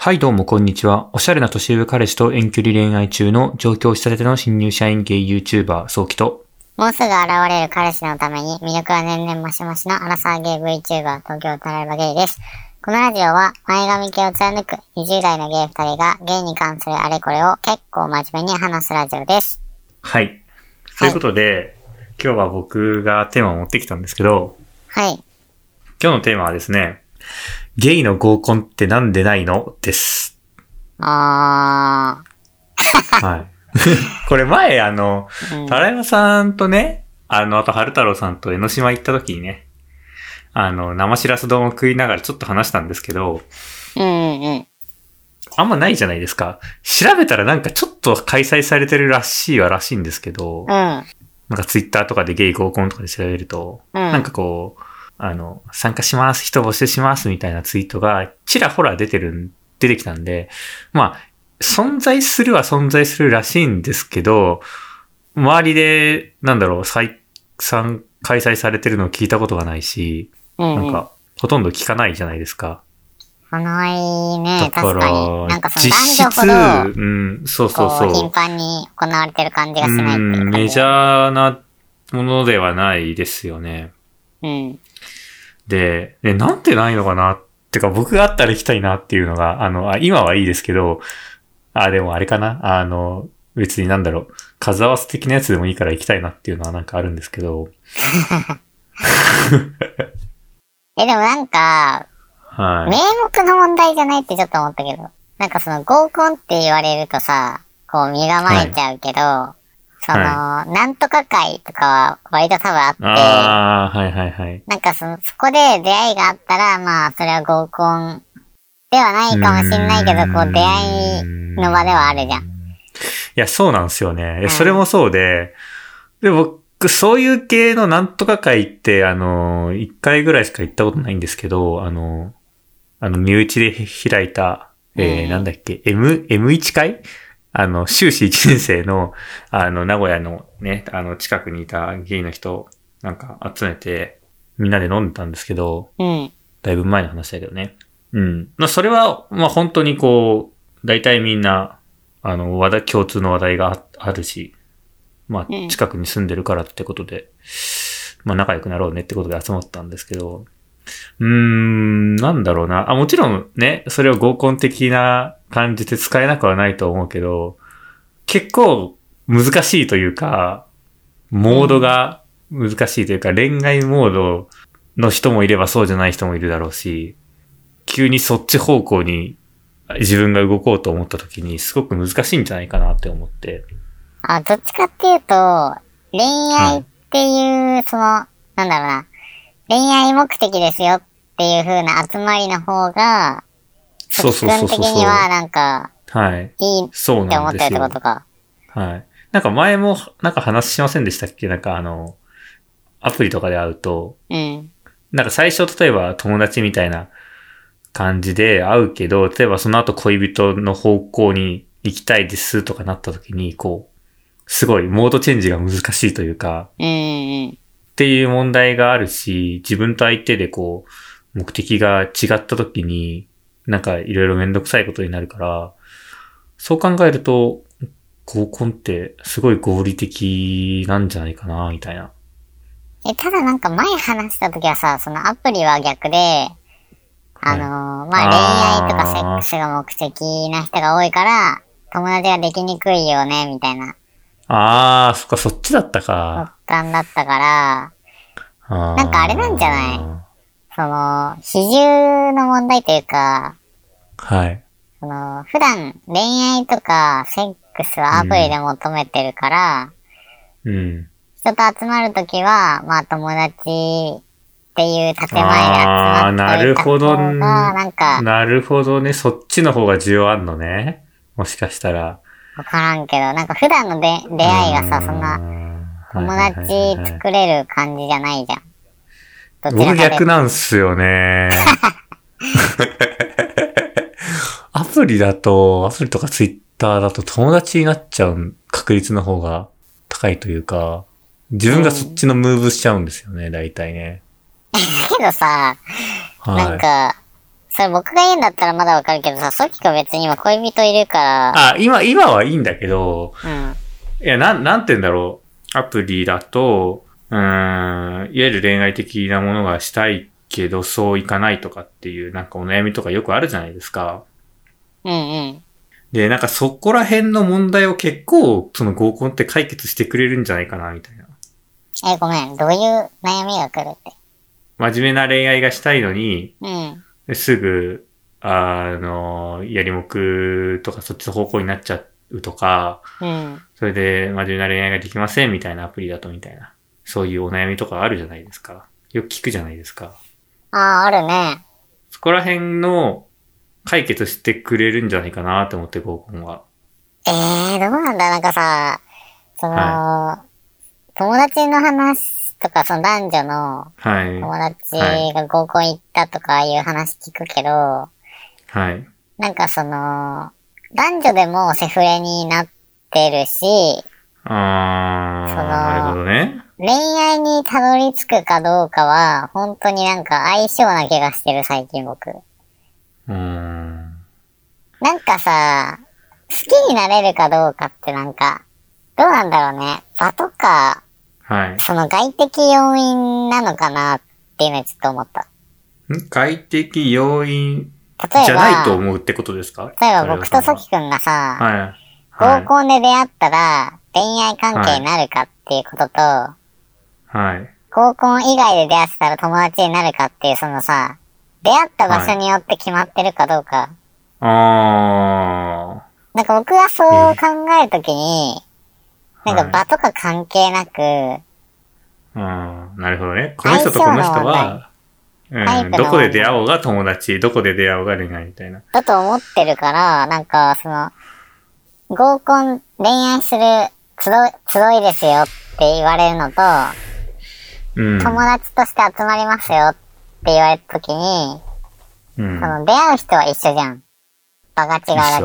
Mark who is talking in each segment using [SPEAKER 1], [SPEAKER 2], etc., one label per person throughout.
[SPEAKER 1] はい、どうも、こんにちは。おしゃれな年上彼氏と遠距離恋愛中の上京したての新入社員ゲイ YouTuber、早期と。
[SPEAKER 2] もうすぐ現れる彼氏のために魅力は年々増し増しのアラサーゲイ VTuber 東京タラレバゲイです。このラジオは前髪系を貫く20代のゲイ2人がゲイに関するあれこれを結構真面目に話すラジオです。
[SPEAKER 1] はい。ということで、今日は僕がテーマを持ってきたんですけど、
[SPEAKER 2] はい。
[SPEAKER 1] 今日のテーマはですね、ゲイの合コンってなんでないのです。
[SPEAKER 2] あ
[SPEAKER 1] はい。 これ前、あの、
[SPEAKER 2] ー。うん、
[SPEAKER 1] タラヤマさんとね、あの、あと、春太郎さんと江ノ島行った時にね、あの、生しらす丼を食いながらちょっと話したんですけど、
[SPEAKER 2] うんうんうん。
[SPEAKER 1] あんまないじゃないですか。調べたらなんかちょっと開催されてるらしいはらしいんですけど、
[SPEAKER 2] うん。
[SPEAKER 1] なんかツイッターとかでゲイ合コンとかで調べると、
[SPEAKER 2] うん
[SPEAKER 1] なんかこう、あの、参加します、人募集しますみたいなツイートがちらほら出てるん、出てきたんで、まあ、存在するは存在するらしいんですけど、周りで、なんだろう、再三開催されてるのを聞いたことがないし、
[SPEAKER 2] うん、う。
[SPEAKER 1] なんんか、ほとんど聞かないじゃないですか。
[SPEAKER 2] こないね
[SPEAKER 1] だ、から
[SPEAKER 2] 確かに。なんか、そ
[SPEAKER 1] 実
[SPEAKER 2] の
[SPEAKER 1] 質、
[SPEAKER 2] 男女ほど、
[SPEAKER 1] うん、そうそう
[SPEAKER 2] こう、
[SPEAKER 1] そう
[SPEAKER 2] 頻。繁に行われてる感じがしないっていう
[SPEAKER 1] うん、
[SPEAKER 2] 感じ。
[SPEAKER 1] メジャーなものではないですよね。
[SPEAKER 2] うん。
[SPEAKER 1] で、え、なんてないのかなってか、僕があったら行きたいなっていうのが、あの、あ今はいいですけど、あ、でもあれかなあの、別になんだろう、数合わせ的なやつでもいいから行きたいなっていうのはなんかあるんですけど、
[SPEAKER 2] え、でもなんか、名
[SPEAKER 1] は
[SPEAKER 2] 目の問題じゃないってちょっと思ったけど。なんかその合コンって言われるとさ、こう身構えちゃうけど、その、なんとか会とかは割と多分あっ
[SPEAKER 1] い。
[SPEAKER 2] て、
[SPEAKER 1] ああ、はいはいはい。
[SPEAKER 2] なんかその、そこで出会いがあったら、まあそれは合コンではないかもしんないけど、こう出会いの場ではあるじゃ
[SPEAKER 1] い
[SPEAKER 2] ん。
[SPEAKER 1] や、そうなんですよね。
[SPEAKER 2] う
[SPEAKER 1] え
[SPEAKER 2] ん
[SPEAKER 1] それもそうで、で、僕、そういう系のなんとか会って、あの、一回ぐらいしか行ったことないんですけど、あの、あの、身内で開いた、えー
[SPEAKER 2] うん
[SPEAKER 1] なんだっけ、M、M1 会あの、修士1年生の、あの、名古屋のね、あの、近くにいたゲイの人を、なんか集めて、みんなで飲んでたんですけど、
[SPEAKER 2] うん。
[SPEAKER 1] だいぶ前の話だけどね。うん。まあ、それは、まあ、本当にこう、大体みんな、あの、話題、共通の話題がああるし、ま
[SPEAKER 2] う
[SPEAKER 1] あ、
[SPEAKER 2] ん
[SPEAKER 1] 近くに住んでるからってことで、まあ、仲良くなろうねってことで集まったんですけど、うーん、なんだろうな。あ、もちろんね、それを合コン的な感じで使えなくはないと思うけど、結構難しいというか、モードが難しいというか、恋愛モードの人もいればそうじゃない人もいるだろうし、急にそっち方向に自分が動こうと思った時にすごく難しいんじゃないかなって思って。
[SPEAKER 2] あ、どっちかっていうと、恋愛っていう、その、なんだろうな、恋愛目的ですよっていう風な集まりの方が、
[SPEAKER 1] そうそうそう
[SPEAKER 2] 自
[SPEAKER 1] そう
[SPEAKER 2] 分的
[SPEAKER 1] そ
[SPEAKER 2] に
[SPEAKER 1] う。
[SPEAKER 2] はなんか、
[SPEAKER 1] はい。
[SPEAKER 2] いいっ
[SPEAKER 1] そう
[SPEAKER 2] て
[SPEAKER 1] な
[SPEAKER 2] 思
[SPEAKER 1] ん
[SPEAKER 2] っ
[SPEAKER 1] で
[SPEAKER 2] て
[SPEAKER 1] す
[SPEAKER 2] るってこ
[SPEAKER 1] よ。
[SPEAKER 2] とか。
[SPEAKER 1] はい。なんか前もなんか話しませんでしたっけなんかあの、アプリとかで会うと、
[SPEAKER 2] うん。
[SPEAKER 1] なんか最初例えば友達みたいな感じで会うけど、例えばその後恋人の方向に行きたいですとかなった時に、こう、すごいモードチェンジが難しいというか、
[SPEAKER 2] うんうん。
[SPEAKER 1] っていう問題があるし、自分と相手でこう、目的が違った時に、なんかいろいろめんどくさいことになるから、そう考えると、合コンってすごい合理的なんじゃないかな、みたいな。
[SPEAKER 2] え、ただなんか前話した時はさ、そのアプリは逆で、あのーまあ、
[SPEAKER 1] あー
[SPEAKER 2] 恋愛とかセックスが目的な人が多いから、友達ができにくいよね、みたいな、
[SPEAKER 1] あー、そっか、そっちだったか。
[SPEAKER 2] 感だったから、
[SPEAKER 1] な
[SPEAKER 2] なんかあれなんじゃないその、比重の問題というか、
[SPEAKER 1] はい。
[SPEAKER 2] その、普段恋愛とかセックスはアプリで求めてるから、
[SPEAKER 1] うん。
[SPEAKER 2] 人と集まるときは、まあ友達っていう建前で集
[SPEAKER 1] あー
[SPEAKER 2] まって
[SPEAKER 1] なるほどね
[SPEAKER 2] なんか、
[SPEAKER 1] なるほどね。そっちの方が需要あんのね。もしかしたら。
[SPEAKER 2] わからんけど、なんか普段ので出会いがさ、そんな友
[SPEAKER 1] な
[SPEAKER 2] 達作れる感じじゃないじゃん。どちら
[SPEAKER 1] 僕
[SPEAKER 2] か
[SPEAKER 1] 逆
[SPEAKER 2] で。
[SPEAKER 1] なんすよ ね。アプリだと、アプリとかツイッターだと友達になっちゃう確率の方が高いというか、自分がそっちのムーブしちゃうんですよね、大体ね。
[SPEAKER 2] けどさ、なん
[SPEAKER 1] はい。
[SPEAKER 2] か、それ僕が言うんだったらまだわかるけどさ、さっきが別に今恋人いるから、
[SPEAKER 1] あ、今、今はいいんだけど、
[SPEAKER 2] うん。
[SPEAKER 1] いや、なん、なんて言うんだろう。アプリだと、うーん、いわゆる恋愛的なものがしたいけど、そういかないとかっていう、なんかお悩みとかよくあるじゃないですか。
[SPEAKER 2] うんうん。
[SPEAKER 1] で、なんかそこら辺の問題を結構、その合コンって解決してくれるんじゃないかな、みたいな。
[SPEAKER 2] え、ごめん。どういう悩みが来るって。
[SPEAKER 1] 真面目な恋愛がしたいのに、
[SPEAKER 2] うん。
[SPEAKER 1] すぐ、あの、やりもくとかそっちの方向になっちゃうとか、
[SPEAKER 2] うん。
[SPEAKER 1] それで真面目な恋愛ができませんみたいなアプリだとみたいな。そういうお悩みとかあるじゃないですか。よく聞くじゃないですか。
[SPEAKER 2] ああ、あるね。
[SPEAKER 1] そこら辺の解決してくれるんじゃないかなと思って合コンは。
[SPEAKER 2] えー、どうなんだなんかさ、その、
[SPEAKER 1] は
[SPEAKER 2] 友達の話とか、その男女の
[SPEAKER 1] はい。
[SPEAKER 2] 友達が合コン行ったとかいう話聞くけど、
[SPEAKER 1] はい。
[SPEAKER 2] なんかその、男女でもセフレになってるし、
[SPEAKER 1] あー、
[SPEAKER 2] その
[SPEAKER 1] なるほどね。
[SPEAKER 2] 恋愛にたどり着くかどうかは、本当になんか相性な気がしてる、最近僕。
[SPEAKER 1] うーん。
[SPEAKER 2] なんかさ、好きになれるかどうかってなんか、どうなんだろうね。場とか、
[SPEAKER 1] はい。
[SPEAKER 2] その外的要因なのかなっていうのはちょっと思った。
[SPEAKER 1] ん快適要因
[SPEAKER 2] 例えば、
[SPEAKER 1] じゃないと思うってことですか
[SPEAKER 2] 例えば僕と
[SPEAKER 1] さっ
[SPEAKER 2] さ
[SPEAKER 1] き
[SPEAKER 2] きくんがさ、
[SPEAKER 1] はい。はい
[SPEAKER 2] 合。コンで出会ったら恋愛関係になるかっていうことと、
[SPEAKER 1] はい。
[SPEAKER 2] 合コン以外で出会ってたら友達になるかっていうそのさ、出会った場所によって決まってるかどうか。
[SPEAKER 1] あ
[SPEAKER 2] なんか僕がそう考えるときに、
[SPEAKER 1] え
[SPEAKER 2] なんか場とか関係なく、
[SPEAKER 1] ー。うん。なるほどね。この人とこの人は、
[SPEAKER 2] タイ
[SPEAKER 1] うん。
[SPEAKER 2] プの
[SPEAKER 1] どこで出会おうが友達、どこで出会おうが恋愛みたいな。
[SPEAKER 2] だと思ってるから、なんかその、合コン恋愛する集い、集いですよって言われるのと、
[SPEAKER 1] うん。
[SPEAKER 2] 友達として集まりますよって言われたときに、
[SPEAKER 1] うん。
[SPEAKER 2] そ
[SPEAKER 1] は
[SPEAKER 2] の出会う人は一緒じゃん。場が違うだけ
[SPEAKER 1] 一
[SPEAKER 2] で。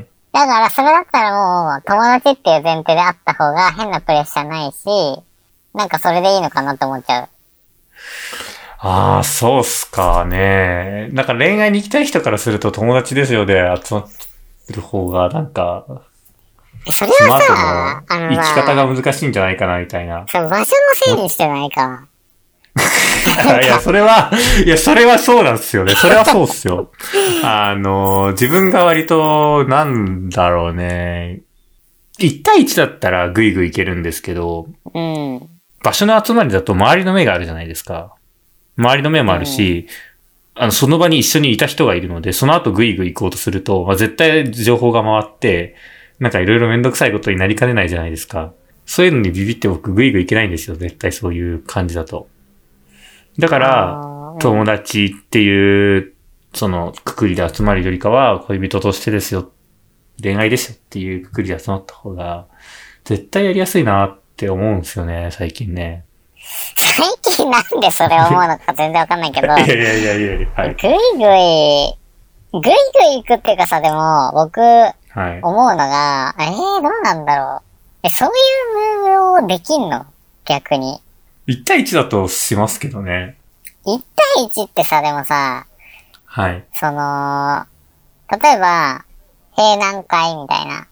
[SPEAKER 1] い。
[SPEAKER 2] だから、それだったらもう、友達っていう前提であった方が変なプレッシャーないし、なんかそれでいいのかなと思っちゃう。
[SPEAKER 1] ああ、そうっすかね。なんか恋愛に行きたい人からすると友達ですよで集まってる方が、なんか、
[SPEAKER 2] それ
[SPEAKER 1] その
[SPEAKER 2] は
[SPEAKER 1] 後
[SPEAKER 2] さ、あ
[SPEAKER 1] の
[SPEAKER 2] の
[SPEAKER 1] 生き方
[SPEAKER 2] な、
[SPEAKER 1] が難しいんじゃないかな、みたいな。
[SPEAKER 2] そう場所のせいにしてないか。
[SPEAKER 1] いや、それは、いや、それはそうなんですよね。それはそうっす よ。あの、自分が割と、なんだろうね。1対1だったらぐいぐいいけるんですけど、
[SPEAKER 2] うん。
[SPEAKER 1] 場所の集まりだと周りの目があるじゃないですか。周りの目もあるし、あの、その場に一緒にいた人がいるので、その後ぐいぐい行こうとすると、まあ、絶対情報が回って、なんかいろいろめんどくさいことになりかねないじゃないですか。そういうのにビビって僕ぐいぐい行けないんですよ。絶対そういう感じだと。だから、
[SPEAKER 2] あー、
[SPEAKER 1] 友達っていう、その、くくりで集まるよりかは、恋人としてですよ、恋愛ですよっていうくくりで集まった方が、絶対やりやすいなって思うんですよね、最近ね。
[SPEAKER 2] 最近なんでそれ思うのか全然わかんないけど、
[SPEAKER 1] いやいやいやいやいや、はい。
[SPEAKER 2] ぐいぐい、ぐいぐい行くっていうかさ、でも、僕、
[SPEAKER 1] はい。
[SPEAKER 2] 思うのが、えー、どうなんだろう。え、そういうムーブをできんの逆に。
[SPEAKER 1] 1対1だとしますけどね。
[SPEAKER 2] 1対1ってさ、でもさ、
[SPEAKER 1] はい。
[SPEAKER 2] その、例えば、平南会みたいな、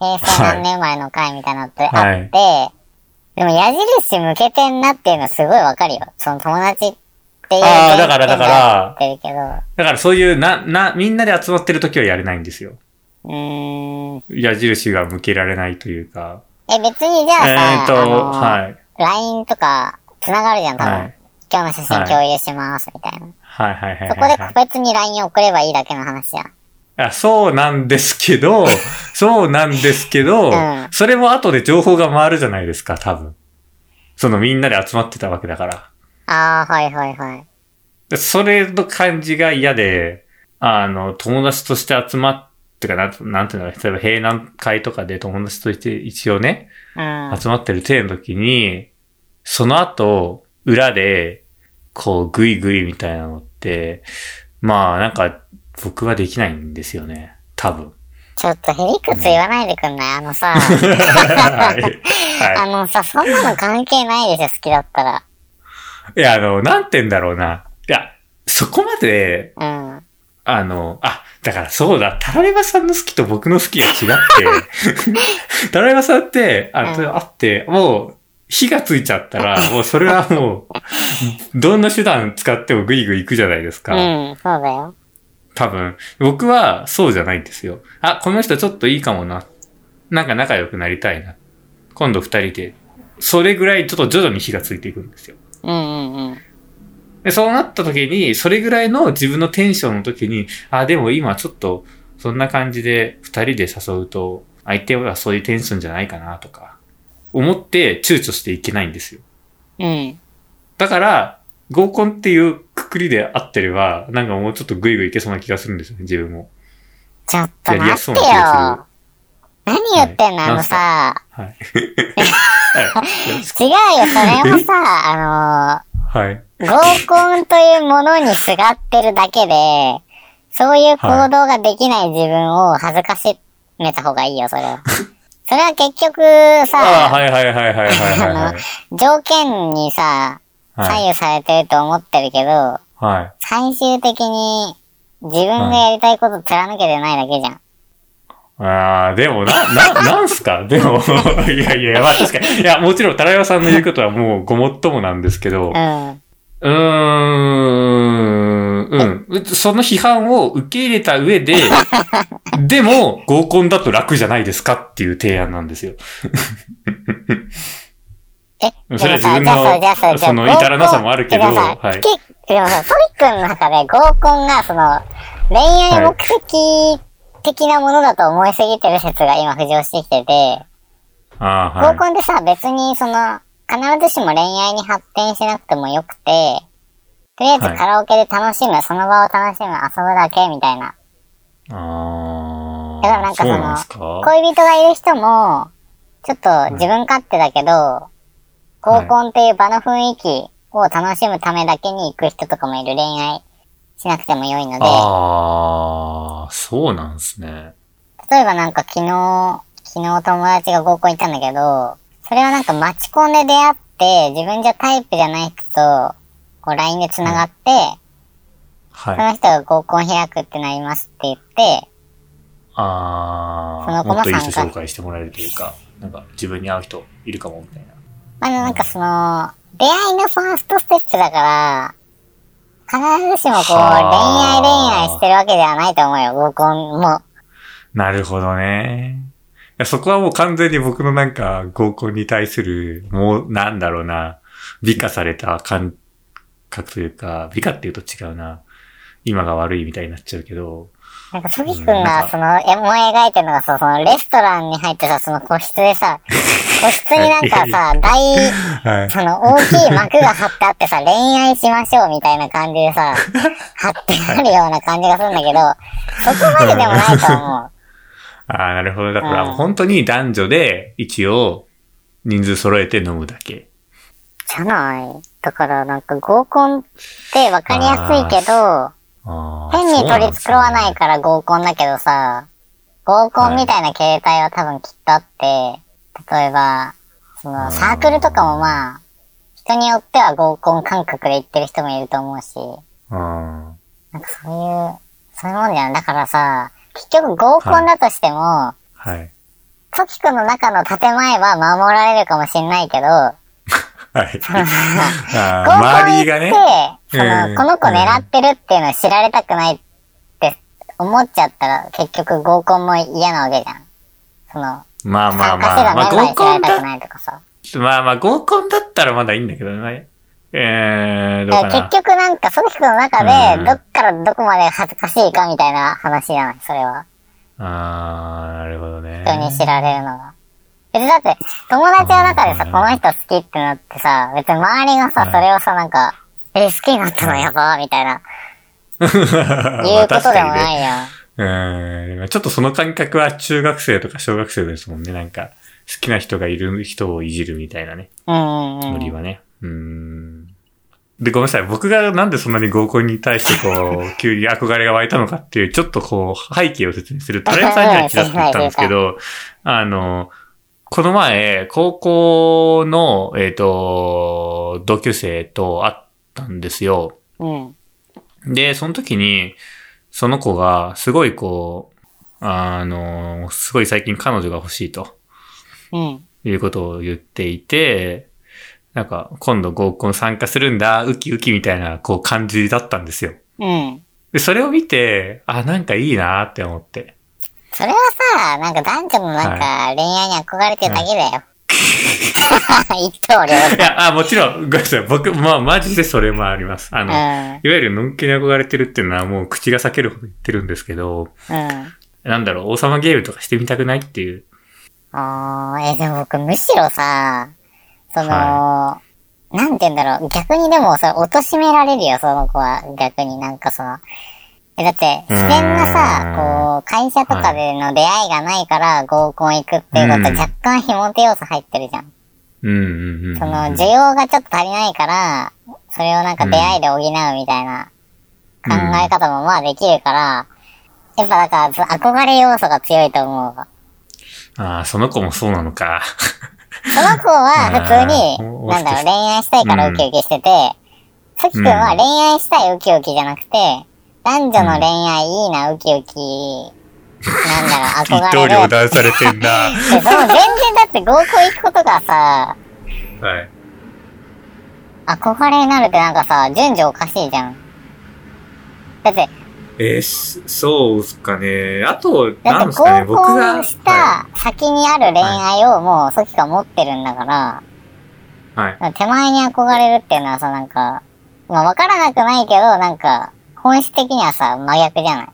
[SPEAKER 2] 平成何年生まれの会みたいなのってあって、
[SPEAKER 1] はい
[SPEAKER 2] でも矢印向けてんなっていうのすごいわかるよ。その友達っていう
[SPEAKER 1] あーだから
[SPEAKER 2] 前提
[SPEAKER 1] だ
[SPEAKER 2] で
[SPEAKER 1] から
[SPEAKER 2] やってるけど、
[SPEAKER 1] だからそういう、な、な、みんなで集まってる時はやれないんですよ。
[SPEAKER 2] うーん。
[SPEAKER 1] 矢印が向けられないというか。
[SPEAKER 2] え、別にじゃあ
[SPEAKER 1] え
[SPEAKER 2] さ、
[SPEAKER 1] ーっと、
[SPEAKER 2] あの
[SPEAKER 1] はい。
[SPEAKER 2] LINE とか繋がるじゃん、多分。
[SPEAKER 1] はい。
[SPEAKER 2] 今日の写真共有します、みたいな。
[SPEAKER 1] はいはいはい
[SPEAKER 2] そこ
[SPEAKER 1] はい
[SPEAKER 2] で
[SPEAKER 1] はい。
[SPEAKER 2] 個別に LINE 送ればいいだけの話じゃん。
[SPEAKER 1] あそうなんですけ ど、そうなんですけど、
[SPEAKER 2] うん
[SPEAKER 1] それも後で情報が回るじゃないですか、多分。そのみんなで集まってたわけだから。
[SPEAKER 2] ああ、はいはいはい。
[SPEAKER 1] でそれの感じが嫌で、あの、友達として集まってかなん、なんていうのか、例えば平南会とかで友達として一応ね、
[SPEAKER 2] うん。
[SPEAKER 1] 集まってる体の時に、その後、裏で、こう、グイグイみたいなのって、まあ、なんか、僕はできないんですよね。多分。
[SPEAKER 2] ちょっとへりくつ言わないでくんないあの さ、
[SPEAKER 1] はい。はい
[SPEAKER 2] あのさ、そんなの関係ないでしょ、好きだったら。
[SPEAKER 1] いや、あの、なんて言うんだろうな。いや、そこまで、
[SPEAKER 2] うん。
[SPEAKER 1] あの、あ、だからそうだ、タラレバさんの好きと僕の好きが違 って、タラレバさんって、あ、
[SPEAKER 2] うん
[SPEAKER 1] あって、もう、火がついちゃったら、もうそれはもう、どんな手段使ってもグイグイ行くじゃないですか。
[SPEAKER 2] うん、そうだよ。
[SPEAKER 1] 多分。僕はそうじゃないんですよ。あ、この人ちょっといいかもな。なんか仲良くなりたいな。今度二人で。それぐらいちょっと徐々に火がついていくんですよ。
[SPEAKER 2] うんうんうん。
[SPEAKER 1] で、そうなった時に、それぐらいの自分のテンションの時に、あ、でも今ちょっと、そんな感じで二人で誘うと、相手はそういうテンションじゃないかなとか、思って躊躇していけないんですよ。
[SPEAKER 2] うん。
[SPEAKER 1] だから、合コンっていうくくりで合ってれば、なんかもうちょっとグイグイいけそうな気がするんですよね、自分も。
[SPEAKER 2] ちょっと
[SPEAKER 1] やりや
[SPEAKER 2] 待
[SPEAKER 1] すそ
[SPEAKER 2] っ
[SPEAKER 1] う
[SPEAKER 2] て
[SPEAKER 1] な
[SPEAKER 2] よ
[SPEAKER 1] 気がする。
[SPEAKER 2] 何言ってんの
[SPEAKER 1] はい
[SPEAKER 2] あのさ、
[SPEAKER 1] はい。
[SPEAKER 2] 違うよ、それはさ、あ
[SPEAKER 1] はい。
[SPEAKER 2] の、合コンというものにすがってるだけで、そういう行動ができない自分を恥ずかしめた方がいいよ、それは。それは結局
[SPEAKER 1] ああ、
[SPEAKER 2] さ、
[SPEAKER 1] はいはいはいはいはいはい はい。
[SPEAKER 2] 条件にさ、
[SPEAKER 1] はい。
[SPEAKER 2] 左右されてると思ってるけど、
[SPEAKER 1] はい。
[SPEAKER 2] 最終的に自分がやりたいこと貫けてないだけじゃん。
[SPEAKER 1] ああ、でも、な、な、 なんすかでも、 いやいや、まあ確かに。いや、もちろん、タラヤさんの言うことはもうごもっともなんですけど、
[SPEAKER 2] うん。
[SPEAKER 1] うーん、うん。その批判を受け入れた上 で、でも、合コンだと楽じゃないですかっていう提案なんですよ。
[SPEAKER 2] え、
[SPEAKER 1] それは自分
[SPEAKER 2] でもさじゃあさ
[SPEAKER 1] の、
[SPEAKER 2] じゃあ
[SPEAKER 1] その至らなさもあるけど、
[SPEAKER 2] 合コンえじゃあさ
[SPEAKER 1] はい。
[SPEAKER 2] けでもさ、トリックの中で合コンが、その、恋愛目的的なものだと思いすぎてる説が今浮上してきてて、
[SPEAKER 1] ああ、は
[SPEAKER 2] 合
[SPEAKER 1] い。
[SPEAKER 2] コンってさ、別にその、必ずしも恋愛に発展しなくてもよくて、とりあえず
[SPEAKER 1] はい
[SPEAKER 2] カラオケで楽しむ、その場を楽しむ、遊ぶだけみたいな。
[SPEAKER 1] あ
[SPEAKER 2] だからな
[SPEAKER 1] あ
[SPEAKER 2] ん、
[SPEAKER 1] そ
[SPEAKER 2] かそうの
[SPEAKER 1] なんですか
[SPEAKER 2] 恋人がいる人も、ちょっと自分勝手だけど、合コンっていう場の雰囲気を楽しむためだけに行く人とかもいる恋愛しなくても良いので、
[SPEAKER 1] ああ、そうなんですね。
[SPEAKER 2] 例えばなんか昨日、昨日友達が合コン行ったんだけど、それはなんか待ち込んで出会って、自分じゃタイプじゃない人と、こう LINE で繋がって、そ
[SPEAKER 1] はい。
[SPEAKER 2] の人が合コン開くってなりますって言って、
[SPEAKER 1] あ
[SPEAKER 2] その
[SPEAKER 1] あ、
[SPEAKER 2] 子も
[SPEAKER 1] もっといい人
[SPEAKER 2] 参加
[SPEAKER 1] 紹介してもらえるというか、なんか自分に合う人いるかもみたいな。
[SPEAKER 2] まあなんかその、出会いのファーストステップだから、必ずしもこう、恋愛恋愛
[SPEAKER 1] はあ
[SPEAKER 2] してるわけではないと思うよ、合コンも。
[SPEAKER 1] なるほどね。いやそこはもう完全に僕のなんか合コンに対する、もうなんだろうな、美化された感覚というか、美化っていうと違うな。今が悪いみたいになっちゃうけど、
[SPEAKER 2] なんか、すぎくん
[SPEAKER 1] うんなん
[SPEAKER 2] が、
[SPEAKER 1] か
[SPEAKER 2] その、え思い描いてるのがさ、その、レストランに入ってさ、その個室でさ、個室になんかさ、大、
[SPEAKER 1] はい。
[SPEAKER 2] その、大きい幕が張ってあってさ、恋愛しましょうみたいな感じでさ、張ってあるような感じがするんだけど、そこまででもないと思う。
[SPEAKER 1] ああ、なるほど。だか
[SPEAKER 2] うん
[SPEAKER 1] ら本当に男女で一応人数揃えて飲むだけ。
[SPEAKER 2] じゃない。だから、なんか、合コンって分かりやすいけど、
[SPEAKER 1] あー
[SPEAKER 2] 変に取り繕わない。から合コンだけどさ、合コンみたいな形態は多分きっとあって、例えば、そのサークルとかもまあ、人によっては合コン感覚で行ってる人もいると思うし、
[SPEAKER 1] そうなんですね
[SPEAKER 2] なんかそういう、そういうもんじゃん。だからさ、結局合コンだとしても、
[SPEAKER 1] うん。はい。
[SPEAKER 2] トキコの中の建前は守られるかもしんないけど、
[SPEAKER 1] はい。
[SPEAKER 2] 合コン
[SPEAKER 1] あー周りが
[SPEAKER 2] 行っ
[SPEAKER 1] ね。
[SPEAKER 2] て、その
[SPEAKER 1] うん
[SPEAKER 2] この子狙ってるっていうのを知られたくないって思っちゃったら、結局合コンも嫌なわけじゃん。その、
[SPEAKER 1] まあまあ
[SPEAKER 2] 参
[SPEAKER 1] まあ、まあ
[SPEAKER 2] 加する
[SPEAKER 1] 合
[SPEAKER 2] メ
[SPEAKER 1] コ
[SPEAKER 2] ンバーに
[SPEAKER 1] ン
[SPEAKER 2] 知られたく
[SPEAKER 1] だ、
[SPEAKER 2] ないとかさ。
[SPEAKER 1] まあまあ合コンだったらまだいいんだけどね。えー、どうか
[SPEAKER 2] だから
[SPEAKER 1] な。
[SPEAKER 2] 結局なんか、組織の中
[SPEAKER 1] う
[SPEAKER 2] で、
[SPEAKER 1] ん
[SPEAKER 2] どっからどこまで恥ずかしいかみたいな話じゃない、それは。
[SPEAKER 1] あー、なるほどね。
[SPEAKER 2] 人に知られるのが。別にだって、友達の中でさ、
[SPEAKER 1] う
[SPEAKER 2] こ
[SPEAKER 1] ん
[SPEAKER 2] の人好きってなってさ、別に周りが
[SPEAKER 1] う
[SPEAKER 2] さ、
[SPEAKER 1] ん
[SPEAKER 2] それをさ、なんか、え、好きになったのやばーみたいな、言
[SPEAKER 1] 言。
[SPEAKER 2] うことでもないいよ。
[SPEAKER 1] うん。ちょっとその感覚は中学生とか小学生ですもんね。なんか、好きな人がいる人をいじるみたいなね。
[SPEAKER 2] うんうんうん。
[SPEAKER 1] 無理はね。うん。で、ごめんなさい。僕がなんでそんなに合コンに対してこ う、急に憧れが湧いたのかっていう、ちょっとこう、背景を説明すると、タレントさんにはちらっと言ったんですけど、あの、この前、高校の、えっ、と、同級生と会ったんですよ。
[SPEAKER 2] うん。
[SPEAKER 1] で、その時に、その子が、すごいこう、あの、すごい最近彼女が欲しいと
[SPEAKER 2] うん。
[SPEAKER 1] いうことを言っていて、なんか、今度合コン参加するんだ、ウキウキみたいな、こう、感じだったんですよ。
[SPEAKER 2] うん。
[SPEAKER 1] で、それを見て、あ、なんかいいなって思って。
[SPEAKER 2] それはさ、なんか男女のなんか恋愛に憧れてるだけだよ。一刀両
[SPEAKER 1] いや、あ、もちろん、ごめんなさい。僕、まあ、マジでそれもあります。あの、
[SPEAKER 2] 断。
[SPEAKER 1] いわゆるのんきに憧れてるっていうのはもう口が裂けるほど言ってるんですけど、
[SPEAKER 2] うん。うん。
[SPEAKER 1] なんだろう、王様ゲームとかしてみたくないっていう。
[SPEAKER 2] あー、えー、でも僕むしろさ、その、
[SPEAKER 1] は
[SPEAKER 2] なんて言うんだろう、逆にでもそれ貶められるよ、その子は。逆になんかその、え、だって、自然な
[SPEAKER 1] う
[SPEAKER 2] さ、こう、会社とかでの出会いがないから合コン行くっていうこと、
[SPEAKER 1] うん
[SPEAKER 2] 若干紐手要素入ってるじゃん。
[SPEAKER 1] うんうんうん。
[SPEAKER 2] その、需要がちょっと足りないから、それをなんか出会いで補うみたいな考え方もまあできるから、やっぱだからず、憧れ要素が強いと思うわ。
[SPEAKER 1] ああ、その子もそうなのか。
[SPEAKER 2] その子は普通に、
[SPEAKER 1] うん
[SPEAKER 2] なんだろう、恋愛したいからウキウキしてて、さきくんは
[SPEAKER 1] うん
[SPEAKER 2] 恋愛したいウキウキじゃなくて、男女の恋愛いいな、ウキウキ、な んだろう、憧れる。
[SPEAKER 1] 断されてんな。は
[SPEAKER 2] でその全然だって合コン行くことがさ、
[SPEAKER 1] い。
[SPEAKER 2] 憧れになるってなんかさ、順序おかしいじゃん。だって、
[SPEAKER 1] えーしそうっすかね。あと、
[SPEAKER 2] だ
[SPEAKER 1] なん
[SPEAKER 2] って
[SPEAKER 1] すかね、
[SPEAKER 2] 合
[SPEAKER 1] 僕
[SPEAKER 2] コン
[SPEAKER 1] が。
[SPEAKER 2] した先にある恋愛をもう、さきが持ってるんだから、
[SPEAKER 1] はい。はい。
[SPEAKER 2] 手前に憧れるっていうのはさ、なんか、まあ、わからなくないけど、なんか、本質的にはさ、真逆じゃない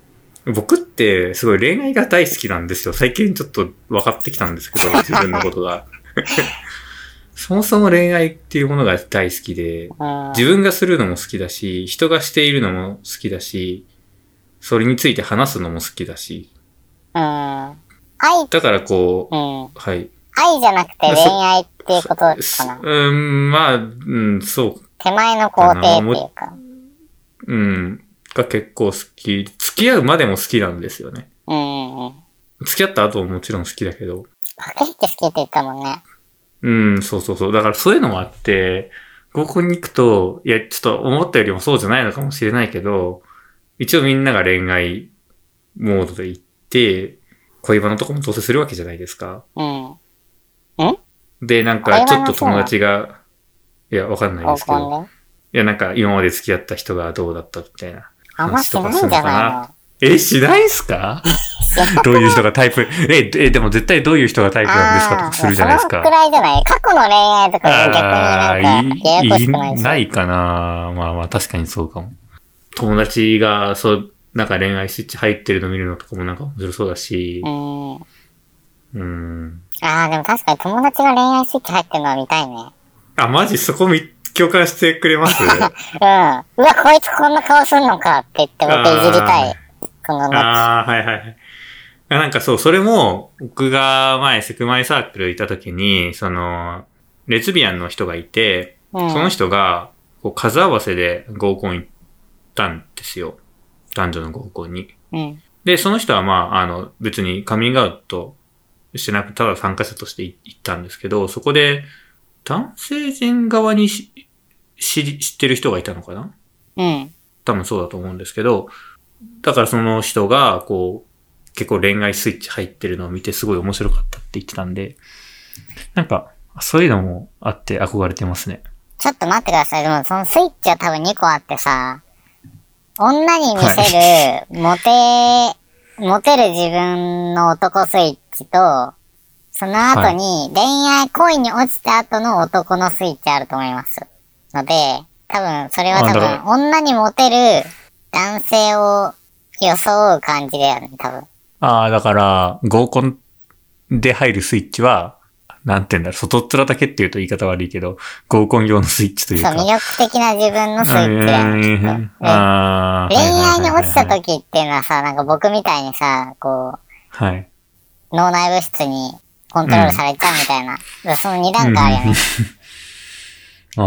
[SPEAKER 1] 僕って、すごい恋愛が大好きなんですよ。最近ちょっと分かってきたんですけ ど、自分のことが。 そもそも恋愛っていうものが大好きで、
[SPEAKER 2] うん。
[SPEAKER 1] 自分がするのも好きだし、人がしているのも好きだし、それについて話すのも好きだし、
[SPEAKER 2] うん。愛、
[SPEAKER 1] だからこう、
[SPEAKER 2] うん。
[SPEAKER 1] はい。
[SPEAKER 2] 愛じゃなくて恋愛っていうことか
[SPEAKER 1] す
[SPEAKER 2] な。
[SPEAKER 1] うん、まあ、うん、そう、
[SPEAKER 2] 手前の工程っていうか。
[SPEAKER 1] うん、が結構好き。付き合うまでも好きなんですよね。
[SPEAKER 2] うんうんうん。
[SPEAKER 1] 付き合った後ももちろん好きだけど、
[SPEAKER 2] 駆け引き好きって言ったもんね。
[SPEAKER 1] うん、そうそうそう。だからそういうのもあって、合コンに行くと、いや、ちょっと思ったよりもそうじゃないのかもしれないけど、一応みんなが恋愛モードで行って、恋バナとかもどうせするわけじゃないですか。
[SPEAKER 2] うん。
[SPEAKER 1] で、なんかちょっと友達が、いや、わかんない
[SPEAKER 2] 合
[SPEAKER 1] ですけど、
[SPEAKER 2] コン
[SPEAKER 1] い
[SPEAKER 2] で。
[SPEAKER 1] や、なんか今まで付き合った人がどうだったみたいな。
[SPEAKER 2] あんましないんじゃな
[SPEAKER 1] え、しないんす か
[SPEAKER 2] いの
[SPEAKER 1] どういう人がタイプ、え、え、でも絶対どういう人がタイプなんですかとかするじゃないです
[SPEAKER 2] あーその
[SPEAKER 1] か。
[SPEAKER 2] くらいじゃない過去の恋愛とかも
[SPEAKER 1] あ
[SPEAKER 2] 逆になんか、ややこしく
[SPEAKER 1] い
[SPEAKER 2] ない
[SPEAKER 1] い
[SPEAKER 2] し。
[SPEAKER 1] ないかなまあまあ確かにそうかも。友達が、そう、なんか恋愛スイッチ入ってるの見るのとかもなんか面白そうだし
[SPEAKER 2] う、ん。
[SPEAKER 1] うん。
[SPEAKER 2] ああ、でも確かに友達が恋愛スイッチ入ってるのは見たいね。
[SPEAKER 1] あ、マジそこみ共感してくれます
[SPEAKER 2] うん。うわ、こいつこんな顔すんのかって言って僕いじりたい。この夏。
[SPEAKER 1] ああ、はいはいはい。あなんかそう、それも、僕が前、セクマイサークルいた時に、その、レズビアンの人がいて、
[SPEAKER 2] うん。
[SPEAKER 1] その人が、こう、数合わせで合コン行ったんですよ。男女の合コンに。
[SPEAKER 2] うん。
[SPEAKER 1] で、その人はまあ、あの、別にカミングアウトしてなく、ただ参加者として行ったんですけど、そこで、男性陣側にし知り、知ってる人がいたのかな
[SPEAKER 2] うん。
[SPEAKER 1] 多分そうだと思うんですけど、だからその人が、こう、結構恋愛スイッチ入ってるのを見てすごい面白かったって言ってたんで、なんか、そういうのもあって憧れてますね。
[SPEAKER 2] ちょっと待ってください。でもそのスイッチは多分2個あってさ、女に見せる、モテ、モテる自分の男スイッチと、その後に恋愛、恋に落ちた後の男のスイッチあると思います。ので、多分、それは
[SPEAKER 1] あ
[SPEAKER 2] 多
[SPEAKER 1] だから
[SPEAKER 2] 分、女にモテる男性を装う感じだよね、多分。
[SPEAKER 1] ああ、だから、合コンで入るスイッチは、なんて言うんだろう、外っ面だけっていうと言い方悪いけど、合コン用のスイッチという
[SPEAKER 2] そう、
[SPEAKER 1] か。
[SPEAKER 2] 魅力的な自分のスイッチだよね、きっとね
[SPEAKER 1] あー
[SPEAKER 2] 恋
[SPEAKER 1] はいは
[SPEAKER 2] 愛に落ちた。
[SPEAKER 1] いはいはい
[SPEAKER 2] 時っていうのはさ、なんか僕みたいにさ、こ
[SPEAKER 1] はい。
[SPEAKER 2] う、脳内物質にコントロールされちゃうみたいな。だからその2段階あるよね。
[SPEAKER 1] あ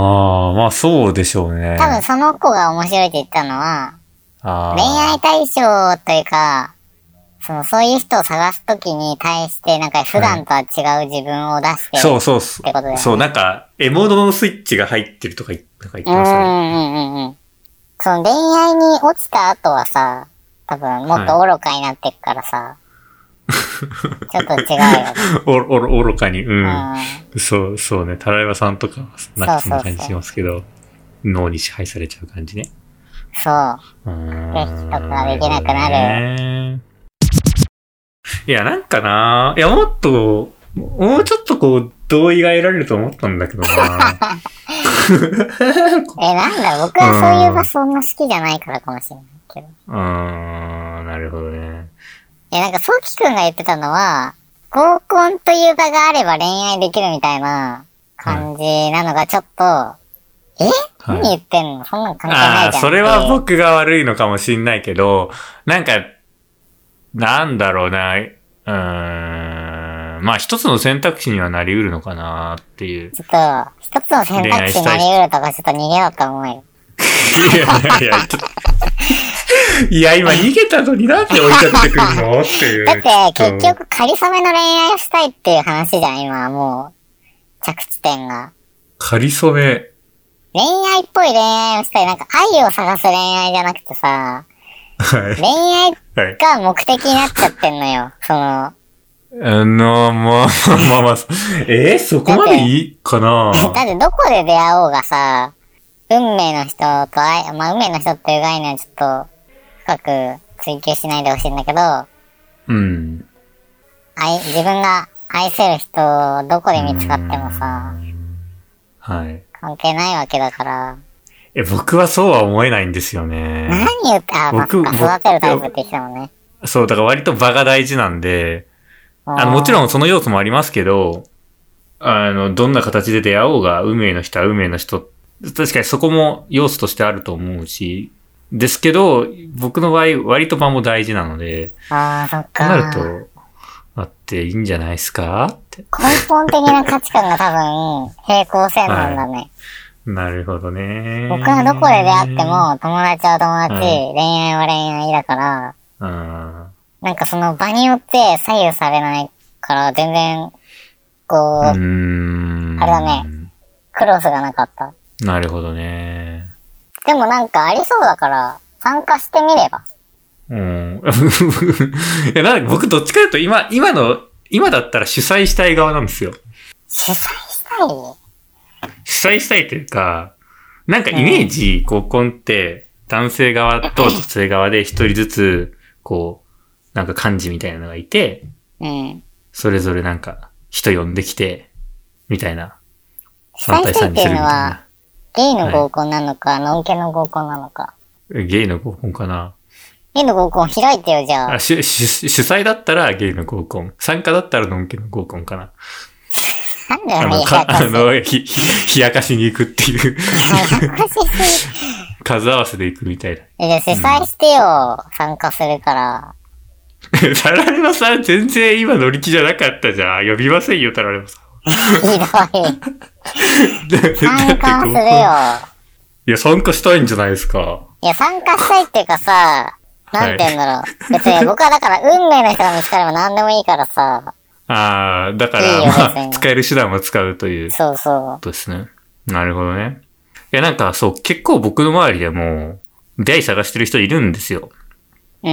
[SPEAKER 1] あ、まあそうでしょうね。
[SPEAKER 2] 多分その子が面白いって言ったのは、
[SPEAKER 1] あー
[SPEAKER 2] 恋愛対象というか、その、そういう人を探す時に対して、なんか普段とは違う自分を出して、
[SPEAKER 1] そうそうそ
[SPEAKER 2] ってことだよ
[SPEAKER 1] う。
[SPEAKER 2] ね
[SPEAKER 1] そう、なんか、獲物のスイッチが入ってるとか言なんか言って
[SPEAKER 2] うんう
[SPEAKER 1] ますね。
[SPEAKER 2] んうんうん。その恋愛に落ちた後はさ、多分もっと愚かになっていくから さ、ちょっと違うよ。
[SPEAKER 1] お、お、愚かに、う。
[SPEAKER 2] うん
[SPEAKER 1] そう、そうね。タライバさんとかは、なんかそんな感じしますけど、脳に支配されちゃう感じね。
[SPEAKER 2] そう。
[SPEAKER 1] うーん。
[SPEAKER 2] できたくなるできなくなる
[SPEAKER 1] ねいや、なんかな、いや、もっと、もうちょっとこう、同意が得られると思ったんだけ どな。
[SPEAKER 2] え、なんだろう、僕はそういう場そんな好きじゃないからかもしれないけど。
[SPEAKER 1] うーん、なるほどね。
[SPEAKER 2] え、なんか、そうきくんが言ってたのは、合コンという場があれば恋愛できるみたいな感じなのがちょっと、え
[SPEAKER 1] はい
[SPEAKER 2] 何言ってんのそんなの関係な
[SPEAKER 1] あ
[SPEAKER 2] い
[SPEAKER 1] あ、
[SPEAKER 2] じゃん。
[SPEAKER 1] それは。僕が悪いのかもしんないけど、なんか、なんだろうな、うーん、まあ一つの選択肢にはなり得るのかなっていう。
[SPEAKER 2] ちょっと、一つの選択肢になり得るとかちょっと逃げようと思うよ。
[SPEAKER 1] いやいやいや、ちょっと。いや、今逃げたのになんで追い立ててくるのっていう。
[SPEAKER 2] だって、結
[SPEAKER 1] ちょっと。
[SPEAKER 2] 局、仮初めの恋愛をしたいっていう話じゃん、今はもう、着地点が。
[SPEAKER 1] かりそめ。
[SPEAKER 2] 恋愛っぽい恋愛をしたい。なんか、愛を探す恋愛じゃなくてさ、
[SPEAKER 1] はい。
[SPEAKER 2] 恋愛
[SPEAKER 1] はい。
[SPEAKER 2] が目的になっちゃってんのよ。その、
[SPEAKER 1] あの、まあまあまあ、えーそこまでいいかな
[SPEAKER 2] だってどこで出会おうがさ、運命の人と愛、まあ運命の人っていう概念はちょっと深く追求しないでほしいんだけど、
[SPEAKER 1] うん。
[SPEAKER 2] 愛、自分が愛せる人をどこで見つかってもさ、
[SPEAKER 1] はい。
[SPEAKER 2] 関係ないわけだから、
[SPEAKER 1] え、僕はそうは思えないんですよね
[SPEAKER 2] 何。言って、あ、まあ、
[SPEAKER 1] 僕
[SPEAKER 2] そっか
[SPEAKER 1] 僕
[SPEAKER 2] 育てるタイプって言ってたもんね。
[SPEAKER 1] そう、だから割と場が大事なんで、あの、もち
[SPEAKER 2] ん。
[SPEAKER 1] ろんその要素もありますけど、あの、どんな形で出会おうが、運命の人は運命の人、確かにそこも要素としてあると思うし、ですけど、僕の場合、割と場も大事なので、
[SPEAKER 2] ああ、そっ
[SPEAKER 1] となる
[SPEAKER 2] か。
[SPEAKER 1] と、あっていいんじゃないですかって。
[SPEAKER 2] 根本的な価値観が多分、平行線なんだね。
[SPEAKER 1] なるほどね。
[SPEAKER 2] 僕はどこで出会って、も、友達は友
[SPEAKER 1] は
[SPEAKER 2] 達、恋愛は恋愛だか
[SPEAKER 1] う
[SPEAKER 2] ら、
[SPEAKER 1] ん。
[SPEAKER 2] なんかその場によって左右されないから、全然、
[SPEAKER 1] う
[SPEAKER 2] こう、
[SPEAKER 1] ーん。
[SPEAKER 2] あれだクロスがなかった。
[SPEAKER 1] なるほどね。
[SPEAKER 2] でもなんかありそうだから、参加してみれば。
[SPEAKER 1] うん。 いや、なんか僕どっちかというと今、今の、今だったら主催したい側なんですよ。
[SPEAKER 2] 主催したい
[SPEAKER 1] 主催したいというか、なんかイメージ、合コンって、男性側と女性側で一人ずつ、こう、なんか幹事みたいなのがいて、
[SPEAKER 2] うん。
[SPEAKER 1] それぞれなんか、人呼んできて、みたいな。
[SPEAKER 2] 主催したいっていうのは、ゲイ
[SPEAKER 1] な
[SPEAKER 2] の合コンなのか、ノンケの合コンなのか。
[SPEAKER 1] ゲイの合コンかな。
[SPEAKER 2] ゲイの合コン開いてよ、じゃあ
[SPEAKER 1] あ、。主、主主催だったらゲイの合コン。参加だったらノンケの合コンかな。
[SPEAKER 2] なん
[SPEAKER 1] あ
[SPEAKER 2] だよ、
[SPEAKER 1] の、
[SPEAKER 2] いや
[SPEAKER 1] か、 あ
[SPEAKER 2] 私。
[SPEAKER 1] の、ひ、ひやかしに行くっていう、数合わせで行くみたいな。
[SPEAKER 2] えじゃあ主催してよ、参加す るから。
[SPEAKER 1] タラレバさん、全然今乗り気じゃなかったじゃん。呼びませんよ、タラレバさん。
[SPEAKER 2] ひどい。参加はするよ。
[SPEAKER 1] いや、参加したいんじゃないですか。
[SPEAKER 2] いや、参加したいっていうかさ、なんて言うんだろう。別に僕はだから運命の人が見つかれば何でもいいからさ、
[SPEAKER 1] ああ、だか
[SPEAKER 2] いい
[SPEAKER 1] ら、
[SPEAKER 2] よ
[SPEAKER 1] ま
[SPEAKER 2] 別
[SPEAKER 1] あ、
[SPEAKER 2] に
[SPEAKER 1] 使える手段は使うというこ
[SPEAKER 2] そうそ
[SPEAKER 1] とですね。なるほどね。いや、なんか、そう、結構僕の周りでも、出会い探してる人いるんですよ。
[SPEAKER 2] う。うん。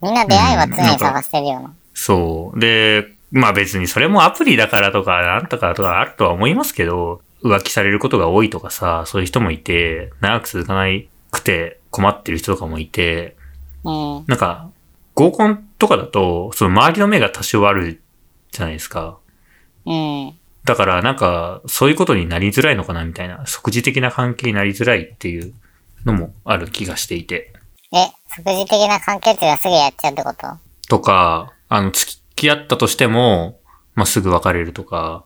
[SPEAKER 2] みんな出会いは常に探してるよな。
[SPEAKER 1] そう。で、まあ別にそれもアプリだからとか、なんとかとかあるとは思いますけど、浮気されることが多いとかさ、そういう人もいて、長く続かないくて困ってる人とかもいて、
[SPEAKER 2] うん。
[SPEAKER 1] なんか、合コンとかだと、その周りの目が多少あるじゃないですか。
[SPEAKER 2] うん。
[SPEAKER 1] だからなんか、そういうことになりづらいのかなみたいな、即時的な関係になりづらいっていうのもある気がしていて。
[SPEAKER 2] え、即時的な関係っていうのはすぐやっちゃうってこと
[SPEAKER 1] とか、あの、付き合ったとしても、まあ、すぐ別れるとか、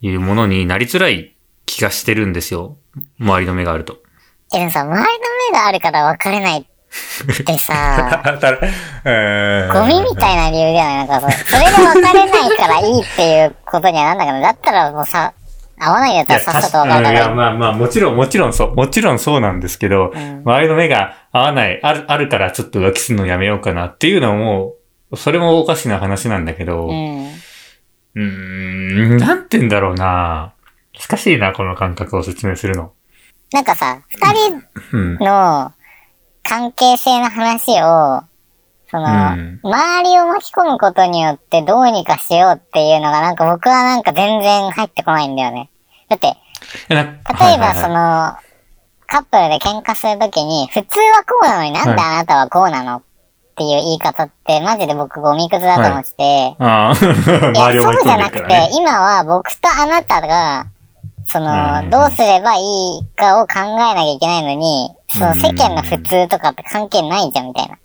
[SPEAKER 1] いうものになりづらい気がしてるんですよ。周りの目があると。
[SPEAKER 2] え、でもさ、周りの目があるから別れないっ てさ、ゴミみたいな理由じゃないなんかそ、それで別れないからいいっていうことにはなんだけど、だったらもうさ、会わないで
[SPEAKER 1] い
[SPEAKER 2] た
[SPEAKER 1] や、
[SPEAKER 2] らさっ
[SPEAKER 1] 確
[SPEAKER 2] さと
[SPEAKER 1] か
[SPEAKER 2] 別
[SPEAKER 1] に。い
[SPEAKER 2] れ
[SPEAKER 1] や、
[SPEAKER 2] る。
[SPEAKER 1] まあまあ、もちろん、もちろんそう。もちろんそうなんですけど、
[SPEAKER 2] うん
[SPEAKER 1] 周りの目が合わない、ある、あるからちょっと浮気するのやめようかなっていうのも、それもおかしな話なんだけど、
[SPEAKER 2] う。
[SPEAKER 1] うんーん、なんて言うんだろうな難しいな、この感覚を説明するの。
[SPEAKER 2] なんかさ、二人
[SPEAKER 1] うん。
[SPEAKER 2] の関係性の話を、その、
[SPEAKER 1] うん
[SPEAKER 2] 周りを巻き込むことによってどうにかしようっていうのがなんか僕はなんか全然入ってこないんだよね。だって、
[SPEAKER 1] 例え
[SPEAKER 2] 例えばその、カップルで喧嘩するときに、普通はこうなのになんで
[SPEAKER 1] は
[SPEAKER 2] あなたはこうなのっていう言い方って、マジで僕ゴミくずだと思ってて、
[SPEAKER 1] ああ、
[SPEAKER 2] い
[SPEAKER 1] 周り
[SPEAKER 2] や
[SPEAKER 1] を
[SPEAKER 2] そ
[SPEAKER 1] 巻き込
[SPEAKER 2] うじゃ
[SPEAKER 1] んで
[SPEAKER 2] な
[SPEAKER 1] るか
[SPEAKER 2] くて、
[SPEAKER 1] らね。
[SPEAKER 2] 今は僕とあなたが、その、
[SPEAKER 1] うん
[SPEAKER 2] どうすればいいかを考えなきゃいけないのに、その
[SPEAKER 1] うん
[SPEAKER 2] 世間の普通とかって関係ないじゃんみたいな。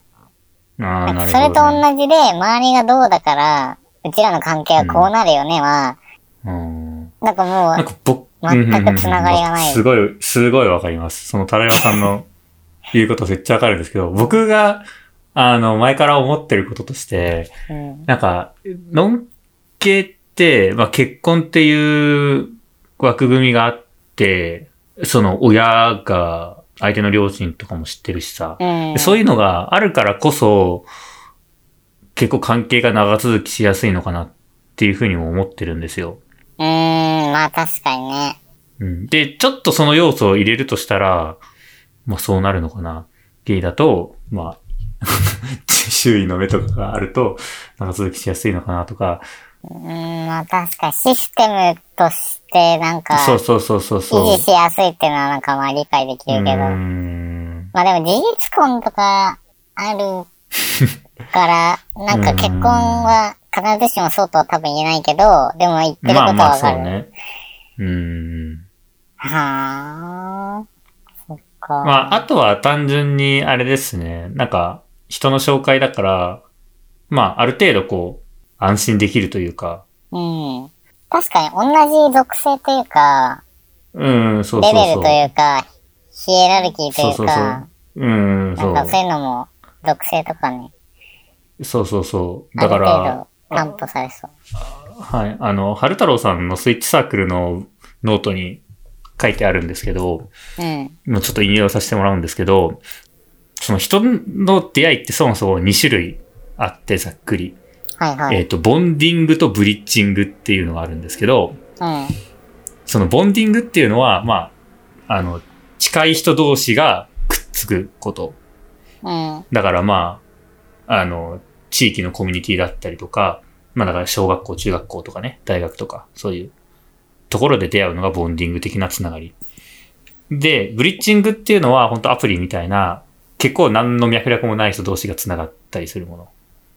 [SPEAKER 1] ああ、なるほど、ね。
[SPEAKER 2] それと同じで、周りがどうだから、うちらの関係はこうなるよねは、
[SPEAKER 1] うん
[SPEAKER 2] なんかも
[SPEAKER 1] なん
[SPEAKER 2] う、
[SPEAKER 1] か僕、
[SPEAKER 2] 全くつながりがない
[SPEAKER 1] うんすごい、すごいわかります。その、タラヤさんの言うことめっちゃわかるんですけど、僕が、あの、前から思ってることとして、
[SPEAKER 2] うん、
[SPEAKER 1] なんか、のんけって、まあ、結婚っていう枠組みがあって、その、親が、相手の両親とかも知ってるしさ、
[SPEAKER 2] うん。
[SPEAKER 1] そう
[SPEAKER 2] い
[SPEAKER 1] いうのがあるからこそ、結構関係が長続きしやすいのかなっていうふうにも思ってるんですよ。
[SPEAKER 2] う。うーん、まあ確かにね。
[SPEAKER 1] うんで、ちょっとその要素を入れるとしたら、まあそうなるのかな。ゲイだと、まあ、 周囲の目とかがあると、長続きしやすいのかなとか、
[SPEAKER 2] うーん、まあ確かにシステムとして、なんか、
[SPEAKER 1] そうそうそうそうそう。
[SPEAKER 2] 維持しやすいっていうのはなんかまあ理解でき
[SPEAKER 1] う
[SPEAKER 2] るけど。
[SPEAKER 1] ーん。
[SPEAKER 2] まあでも事実婚とかある から、なんか結婚は必ずしもそうとは多分言えないけど、でも言ってること
[SPEAKER 1] まあ
[SPEAKER 2] は
[SPEAKER 1] まあ
[SPEAKER 2] わ
[SPEAKER 1] そ
[SPEAKER 2] か
[SPEAKER 1] う
[SPEAKER 2] る。
[SPEAKER 1] ね。うーん。
[SPEAKER 2] はあ、そっか。
[SPEAKER 1] まあ、あとは単純にあれですね。なんか、人の紹介だから、まあある程度こう、安心できるというか、
[SPEAKER 2] うん。確かに同じ属性というか、
[SPEAKER 1] うん、そうそう
[SPEAKER 2] レ
[SPEAKER 1] そう。
[SPEAKER 2] ベルというか、ヒエラルキーと
[SPEAKER 1] そうそそう
[SPEAKER 2] いううか、。
[SPEAKER 1] うん、そう。
[SPEAKER 2] なんかそういうのも属性とかね、
[SPEAKER 1] そうそうそう。
[SPEAKER 2] あ
[SPEAKER 1] だ
[SPEAKER 2] る
[SPEAKER 1] から
[SPEAKER 2] 程、度担保されそう。
[SPEAKER 1] はい。あの、春太郎さんのスイッチサークルのノートに書いてあるんですけど、
[SPEAKER 2] うん。
[SPEAKER 1] もうちょっと引用させてもらうんですけど、その人の出会いってそもそも2種類あって、ざっくり。
[SPEAKER 2] はいはい。
[SPEAKER 1] えっ、と、ボンディングとブリッジングっていうのがあるんですけど、
[SPEAKER 2] うん。
[SPEAKER 1] そのボンディングっていうのは、まあ、あの、近い人同士がくっつくこと。
[SPEAKER 2] うん。
[SPEAKER 1] だからまあ、あの、地域のコミュニティだったりとか、まあだから小学校、中学校とかね、大学とか、そういうところで出会うのがボンディング的なつながり。で、ブリッジングっていうのは本当アプリみたいな、結構何の脈絡もない人同士がつながったりするもの。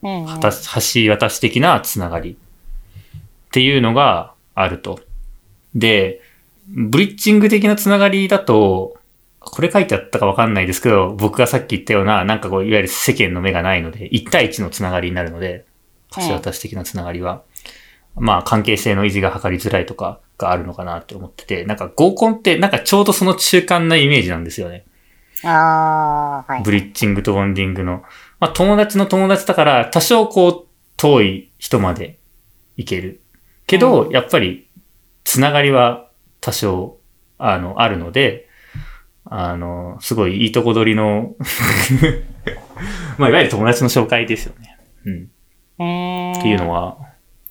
[SPEAKER 2] うん。
[SPEAKER 1] はた橋渡し的なつながりっていうのがあると。で、ブリッジング的なつながりだと、これ書いてあったかわかんないですけど、僕がさっき言ったような、なんかこう、いわゆる世間の目がないので、1対1のつながりになるので、
[SPEAKER 2] うん
[SPEAKER 1] 橋渡し的なつながりは。まあ、関係性の維持が図りづらいとかがあるのかなって思ってて、なんか合コンって、なんかちょうどその中間なイメージなんですよね。
[SPEAKER 2] ああ、はい。
[SPEAKER 1] ブリッジングとボンディングの。まあ、友達の友達だから、多少こう、遠い人まで行ける。けど、やっぱり、つながりは多少、あの、あるので、あの、すごいいいとこ取りの、 まあ、いわゆる友達の紹介ですよね。うん。
[SPEAKER 2] うーん。
[SPEAKER 1] っていうのは、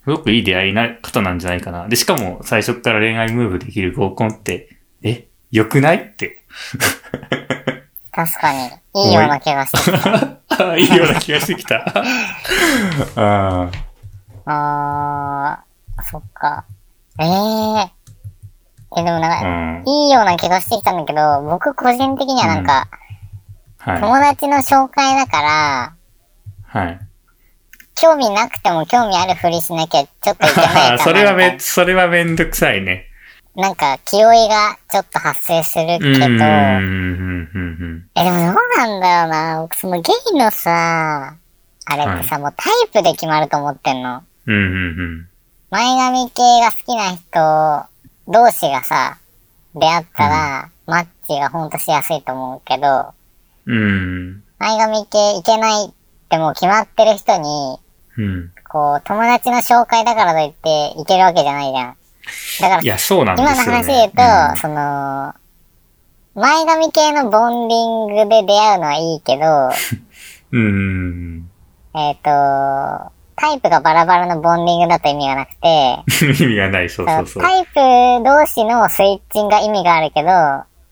[SPEAKER 1] すごくいい出会いな方なんじゃないかな。で、しかも、最初から恋愛ムーブできる合コンって、え、良くないって
[SPEAKER 2] 確かに、いいような気がしてき
[SPEAKER 1] あいいような気がしてきた。あー
[SPEAKER 2] た。あー、そっか。ええー。え、でもなん
[SPEAKER 1] う
[SPEAKER 2] か、
[SPEAKER 1] ん。
[SPEAKER 2] いいような気がしてきたんだけど、僕個人的にはなんか、
[SPEAKER 1] はい。
[SPEAKER 2] 友達の紹介だから、
[SPEAKER 1] はい。
[SPEAKER 2] 興味なくても興味あるふりしなきゃちょっといけないか
[SPEAKER 1] あー
[SPEAKER 2] な。
[SPEAKER 1] それは
[SPEAKER 2] みたい
[SPEAKER 1] め、それはめんどくさいね。
[SPEAKER 2] ななんか、気負いがちょっと発生する
[SPEAKER 1] うん。
[SPEAKER 2] けど、
[SPEAKER 1] うん
[SPEAKER 2] え、
[SPEAKER 1] うん
[SPEAKER 2] でもどうなんだよな。僕、そのゲイのさ、あれってさ、もうタイプで決まると思ってんの。
[SPEAKER 1] うんうん。うんうん
[SPEAKER 2] 前髪系が好きな人同士がさ、出会ったら、マッチがほんとしやすいと思うけど、
[SPEAKER 1] うん。
[SPEAKER 2] 前髪系いけないってもう決まってる人に、
[SPEAKER 1] うん。
[SPEAKER 2] こう、友達の紹介だからといっていけるわけじゃないじゃん。だから
[SPEAKER 1] い、や、そうなんで
[SPEAKER 2] 今の
[SPEAKER 1] すよ、ね。
[SPEAKER 2] 話で言うと、その、前髪系のボンディングで出会うのはいいけど、
[SPEAKER 1] うん。うん。
[SPEAKER 2] えっ、と、タイプがバラバラのボンディングだと意味がなくて、
[SPEAKER 1] 意味がない、そうそうそう。
[SPEAKER 2] タイプ同士のスイッチングが意味があるけど、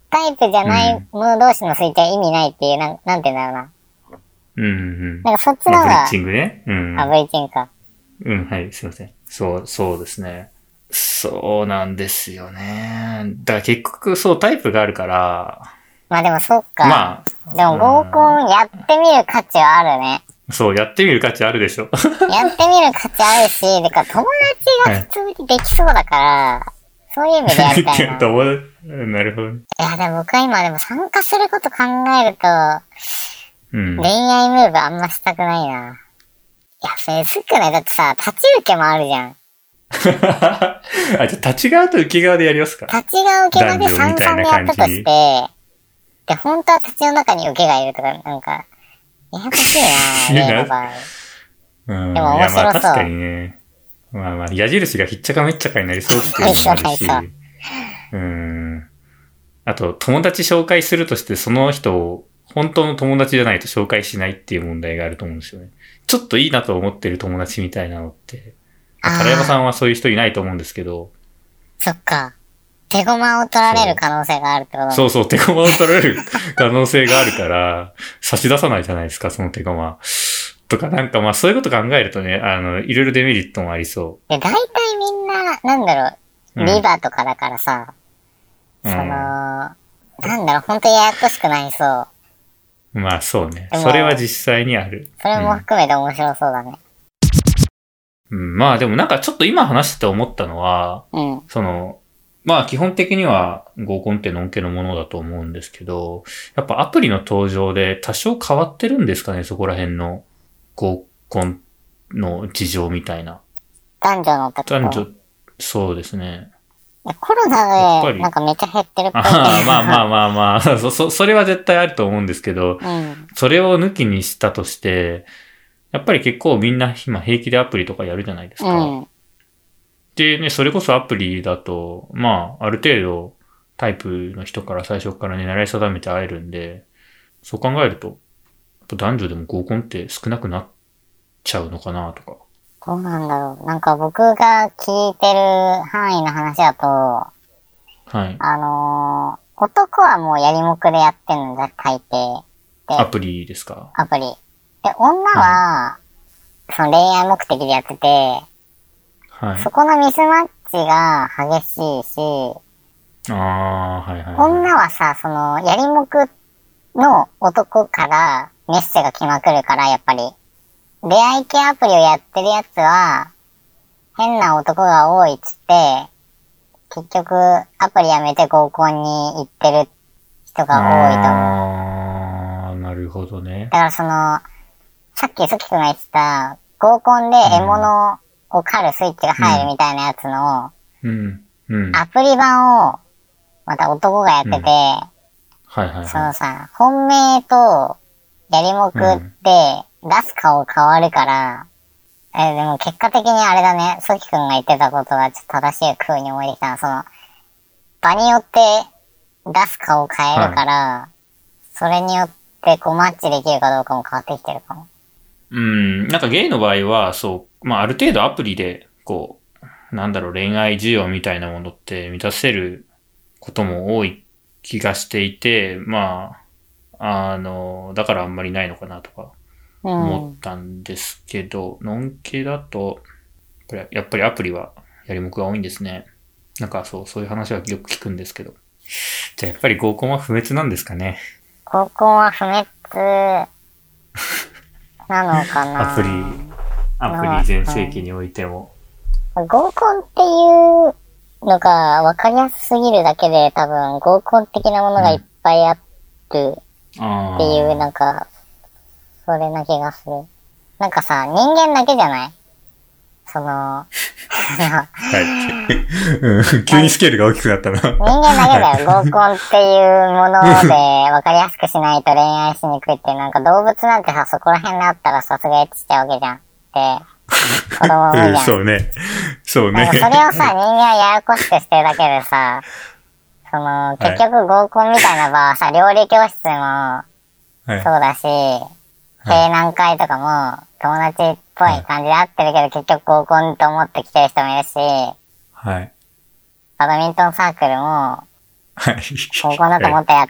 [SPEAKER 2] タイプじゃな
[SPEAKER 1] う
[SPEAKER 2] い者同士の推定意味ないっていう、なん、なんて言うんだろうな。
[SPEAKER 1] うんうん。
[SPEAKER 2] なんかそっちの
[SPEAKER 1] まあ
[SPEAKER 2] 方
[SPEAKER 1] ブリ
[SPEAKER 2] が
[SPEAKER 1] ッ、チングね。うん。
[SPEAKER 2] あ、ブリッチングか。
[SPEAKER 1] うん、はい、すいません。そう、そうですね。そうなんですよね。だから結局、そう、タイプがあるから、
[SPEAKER 2] まあでもそっか。
[SPEAKER 1] ま
[SPEAKER 2] でも合コンやってみる価値はあ るね。
[SPEAKER 1] あ、そう、やってみる価値あるでしょ。
[SPEAKER 2] やってみる価値あるし、てか友達が普通にできそうだから、そういう意味でや りたいな。
[SPEAKER 1] 友達うんなるほど。
[SPEAKER 2] いや、でも僕は今でも参加すること考えると、
[SPEAKER 1] うん。
[SPEAKER 2] 恋愛ムーブあんましたくないな。いや、それ薄くないだってさ、立ち受けもあるじゃん。
[SPEAKER 1] あ、じゃあ、立ち側と浮き側でやりますか。
[SPEAKER 2] 立ちが受けまで
[SPEAKER 1] 男女み
[SPEAKER 2] 三
[SPEAKER 1] たいな
[SPEAKER 2] 々でやったと
[SPEAKER 1] 感じ
[SPEAKER 2] して、で、本当は立ちの中に受けがいるとか、なんか、ややこしい
[SPEAKER 1] いい
[SPEAKER 2] な
[SPEAKER 1] な
[SPEAKER 2] 例の場合。
[SPEAKER 1] うん。
[SPEAKER 2] でも面白そ
[SPEAKER 1] いや
[SPEAKER 2] う
[SPEAKER 1] まあ確かにね。まあまあ、矢印がひっちゃかめっちゃかにな りそうっていうのもあるし
[SPEAKER 2] なりそうなり。
[SPEAKER 1] うん。あと、友達紹介するとして、その人を本当の友達じゃないと紹介しないっていう問題があると思うんですよね。ちょっといいなと思ってる友達みたいなのって。
[SPEAKER 2] あ
[SPEAKER 1] まあタ
[SPEAKER 2] ー
[SPEAKER 1] ラヤマさんはそういう人いないと思うんですけど、
[SPEAKER 2] そっか。手駒を取られる可能性があるってことだ
[SPEAKER 1] そうそう、手駒を取られる可能性があるから、差し出さないじゃないですか、その手駒。とか、なんかまあそういうこと考えるとね、あの、いろいろデメリットもありそ
[SPEAKER 2] で、大体みんな、なんだろ
[SPEAKER 1] う。
[SPEAKER 2] う、
[SPEAKER 1] うん
[SPEAKER 2] リバとかだからさ、
[SPEAKER 1] うん
[SPEAKER 2] その、なんだろう、ほんとややこしくなりそう。
[SPEAKER 1] まあそうね
[SPEAKER 2] で。も
[SPEAKER 1] それは実際にある。
[SPEAKER 2] それも含めて面白そうだね。
[SPEAKER 1] うん、まあでもなんかちょっと今話してて思ったのは、
[SPEAKER 2] うん。
[SPEAKER 1] その、まあ基本的には合コンってのんけのものだと思うんですけど、やっぱアプリの登場で多少変わってるんですかね、そこら辺の合コンの事情みたいな。
[SPEAKER 2] 男女の時と
[SPEAKER 1] 男女、そうですね。
[SPEAKER 2] コロ
[SPEAKER 1] やっ
[SPEAKER 2] ナ
[SPEAKER 1] ぱ
[SPEAKER 2] で、
[SPEAKER 1] り
[SPEAKER 2] なんかめっちゃ減ってるっぽいけど。
[SPEAKER 1] ああまあまあまあまあ、 そ、そ、それは絶対あると思うんですけど、
[SPEAKER 2] うん。
[SPEAKER 1] それを抜きにしたとして、やっぱり結構みんな今平気でアプリとかやるじゃないですか。
[SPEAKER 2] うん。
[SPEAKER 1] でね、それこそアプリだと、まあ、ある程度、タイプの人から最初からね、狙い定めて会えるんで、そう考えると、やっぱ男女でも合コンって少なくなっちゃうのかなとか。
[SPEAKER 2] どうなんだろう。なんか僕が聞いてる範囲の話だと、
[SPEAKER 1] はい。
[SPEAKER 2] あのー男はもうやりもくでやってんのが大抵、
[SPEAKER 1] アプリですか。
[SPEAKER 2] アプリ。で、女は、その恋愛目的でやってて、
[SPEAKER 1] はい
[SPEAKER 2] そ。このミスマッチが激しいし、
[SPEAKER 1] ああ、はいはい、はい。
[SPEAKER 2] 女はさ、その、やりもくの男からメッセが来まくるから、やっぱり。出会い系アプリをやってるやつは、変な男が多いっつって、結局、アプリやめて合コンに行ってる人が多いと思う。
[SPEAKER 1] ああ、なるほどね
[SPEAKER 2] だ。からその、さっきソキ君が言ってた、合コンで獲物を狩るスイッチが入るみたいなやつの、
[SPEAKER 1] うん。うん。はい
[SPEAKER 2] アプリ版を、また男がやってて、
[SPEAKER 1] うんはいはい。
[SPEAKER 2] そのさ、本命と、やりもくって、出す顔変わるから、えーでも結果的にあれだね、ソキ君が言ってたことがちょっと正しい風に思えてきたなその、場によって出す顔変えるから、それによってこうマッチできるかどうかも変わってきてるかも。
[SPEAKER 1] うん、なんかゲイの場合は、そう、まあある程度アプリで、こう、なんだろう、恋愛需要みたいなものって満たせることも多い気がしていて、まあ、あの、だからあんまりないのかなとか
[SPEAKER 2] う
[SPEAKER 1] 思
[SPEAKER 2] ん
[SPEAKER 1] っ。たんですけど、のんけだと、これやっぱりアプリはやりもくが多いんですね。なんかそう、そういう話はよく聞くんですけど。じゃあやっぱり合コンは不滅なんですかね。
[SPEAKER 2] 高校は不滅なのかな
[SPEAKER 1] アプリ、アプリ全盛期においても。
[SPEAKER 2] 合コンっていうのが分かりやすすぎるだけで多分合コン的なものがいっぱいある
[SPEAKER 1] ああ。
[SPEAKER 2] っていうなんか、それな気がする。なんかさ、人間だけじゃないそ の、
[SPEAKER 1] はい。 うん、急にスケールが大きくなったな。
[SPEAKER 2] 人間だ けだよ。合コンっていうもので分かりやすくしないと恋愛しにくいってなんか動物なんてさ、そこら辺であったらさすがエッチしちゃうわけじゃん。で、子供産むじゃん。
[SPEAKER 1] うね。そう
[SPEAKER 2] なんかそれをさ、人間はややこしくしてるだけでさ、 その、
[SPEAKER 1] い
[SPEAKER 2] 結局合コンみたいな場はさ、料理教室も
[SPEAKER 1] はい
[SPEAKER 2] そうだし、定南会とかも友達っぽい感じで会ってるけど、結局合コンと思ってきてる人もいるし、
[SPEAKER 1] はい。
[SPEAKER 2] バドミントンサークルも、
[SPEAKER 1] はい。
[SPEAKER 2] 高校だと思ってや、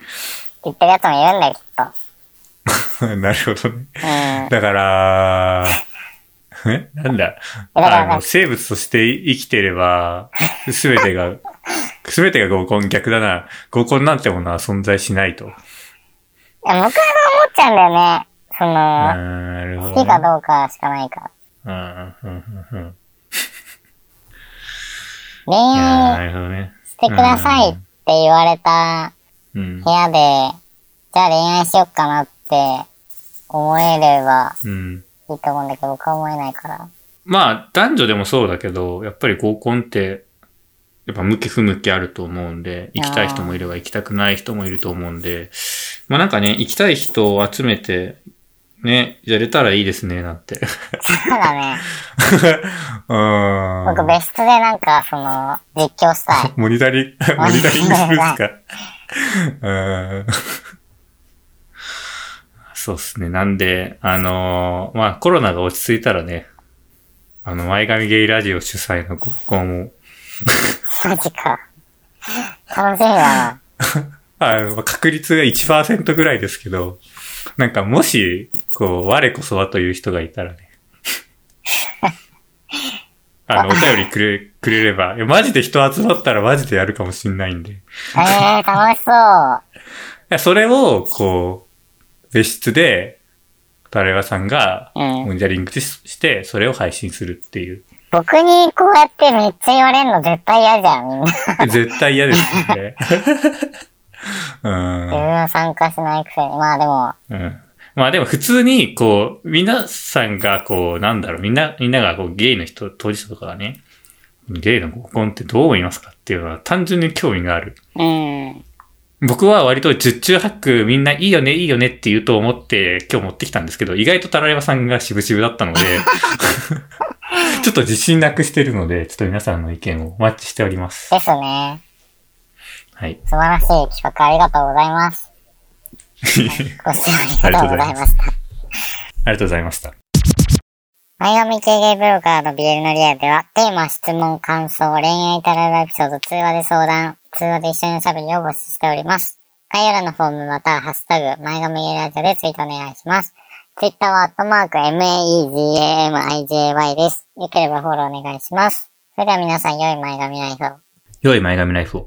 [SPEAKER 2] 言ってるやつもいるんだよ、きっと。
[SPEAKER 1] はい なるほどね。
[SPEAKER 2] うん。
[SPEAKER 1] だから、えなんだ。
[SPEAKER 2] だから
[SPEAKER 1] あの、生物として生きてれば、すべてが、 すべてが合コン逆だな。合コンなんてものは存在しないと。
[SPEAKER 2] いや、僕はそう思っちゃうんだよね。そ
[SPEAKER 1] あー
[SPEAKER 2] の、
[SPEAKER 1] なるほど
[SPEAKER 2] 好きか
[SPEAKER 1] ね。
[SPEAKER 2] どうかしかないか
[SPEAKER 1] う
[SPEAKER 2] ら。
[SPEAKER 1] んうんうんうん
[SPEAKER 2] 恋
[SPEAKER 1] いやー
[SPEAKER 2] 愛
[SPEAKER 1] なるほどね。
[SPEAKER 2] してくださいって言われた
[SPEAKER 1] うん
[SPEAKER 2] 部。屋で、じゃあ恋愛しよっかなって思えれば
[SPEAKER 1] うん。
[SPEAKER 2] いいと思うんだけど、僕は思えないから。
[SPEAKER 1] まあ、男女でもそうだけど、やっぱり合コンって、やっぱ向き不向きあると思うんで、行きたい人もいれば行きたくない人もいると思うんで、まあなんかね、行きたい人を集めて、ね、やれたらいいですね、なんて。
[SPEAKER 2] そうだね。
[SPEAKER 1] うーん
[SPEAKER 2] 僕別室でなんか、その、実況した い。
[SPEAKER 1] モニタリング、モニタリングするんですかうーん。そうですね。なんで、あのーまあ、コロナが落ち着いたらね、あの、前髪ゲイラジオ主催の合コンを、
[SPEAKER 2] マジか。楽しみだ
[SPEAKER 1] あの確率が1%ぐらいですけど、なんかもし、こう、我こそはという人がいたらね。あの、お便りくれ、くれれば。いや、マジで人集まったらマジでやるかもしんないんで。い
[SPEAKER 2] な。えー、楽しそう。
[SPEAKER 1] や、それを、こう、別室で、タレワさんが、
[SPEAKER 2] うん
[SPEAKER 1] モニタリングしして、それを配信するっていう。
[SPEAKER 2] 僕にこうやってめっちゃ言われるの絶対嫌じゃん、みんな。
[SPEAKER 1] 絶対嫌ですよね。うん
[SPEAKER 2] 自。分は参加しないくせに。まあでも、
[SPEAKER 1] うんまあでも普通に、こう、皆さんが、こう、なんだろう、みんな、みんなが、こう、ゲイの人、当事者とかがね、ゲイの合コンってどう思いますかっていうのは、単純に興味がある。
[SPEAKER 2] うん。
[SPEAKER 1] 僕は割と十中八九みんないいよね、いいよねって言うと思って、今日持ってきたんですけど、意外とタラレバさんが渋々だったので、ちょっと自信なくしてるので、ちょっと皆さんの意見をお待ちしております。
[SPEAKER 2] ですね。
[SPEAKER 1] はい。
[SPEAKER 2] 素晴らしい企画ありがとうございます。 ご視聴ありがとうございました。
[SPEAKER 1] ありがとうございました。
[SPEAKER 2] 前髪系ゲイブロガーの BL のリアルでは、テーマ、質問、感想、恋愛タライブエピソード、通話で相談、通話で一緒におしゃべりを募集しております。概要欄のフォームまたはハッシュタグ、前髪ゲイラジオでツイートお願いします。Twitter はアットマーク、MAEGAMIJY です。よければフォローお願いします。それでは皆さん、良い前髪ライフを。
[SPEAKER 1] 良い前髪ライフを。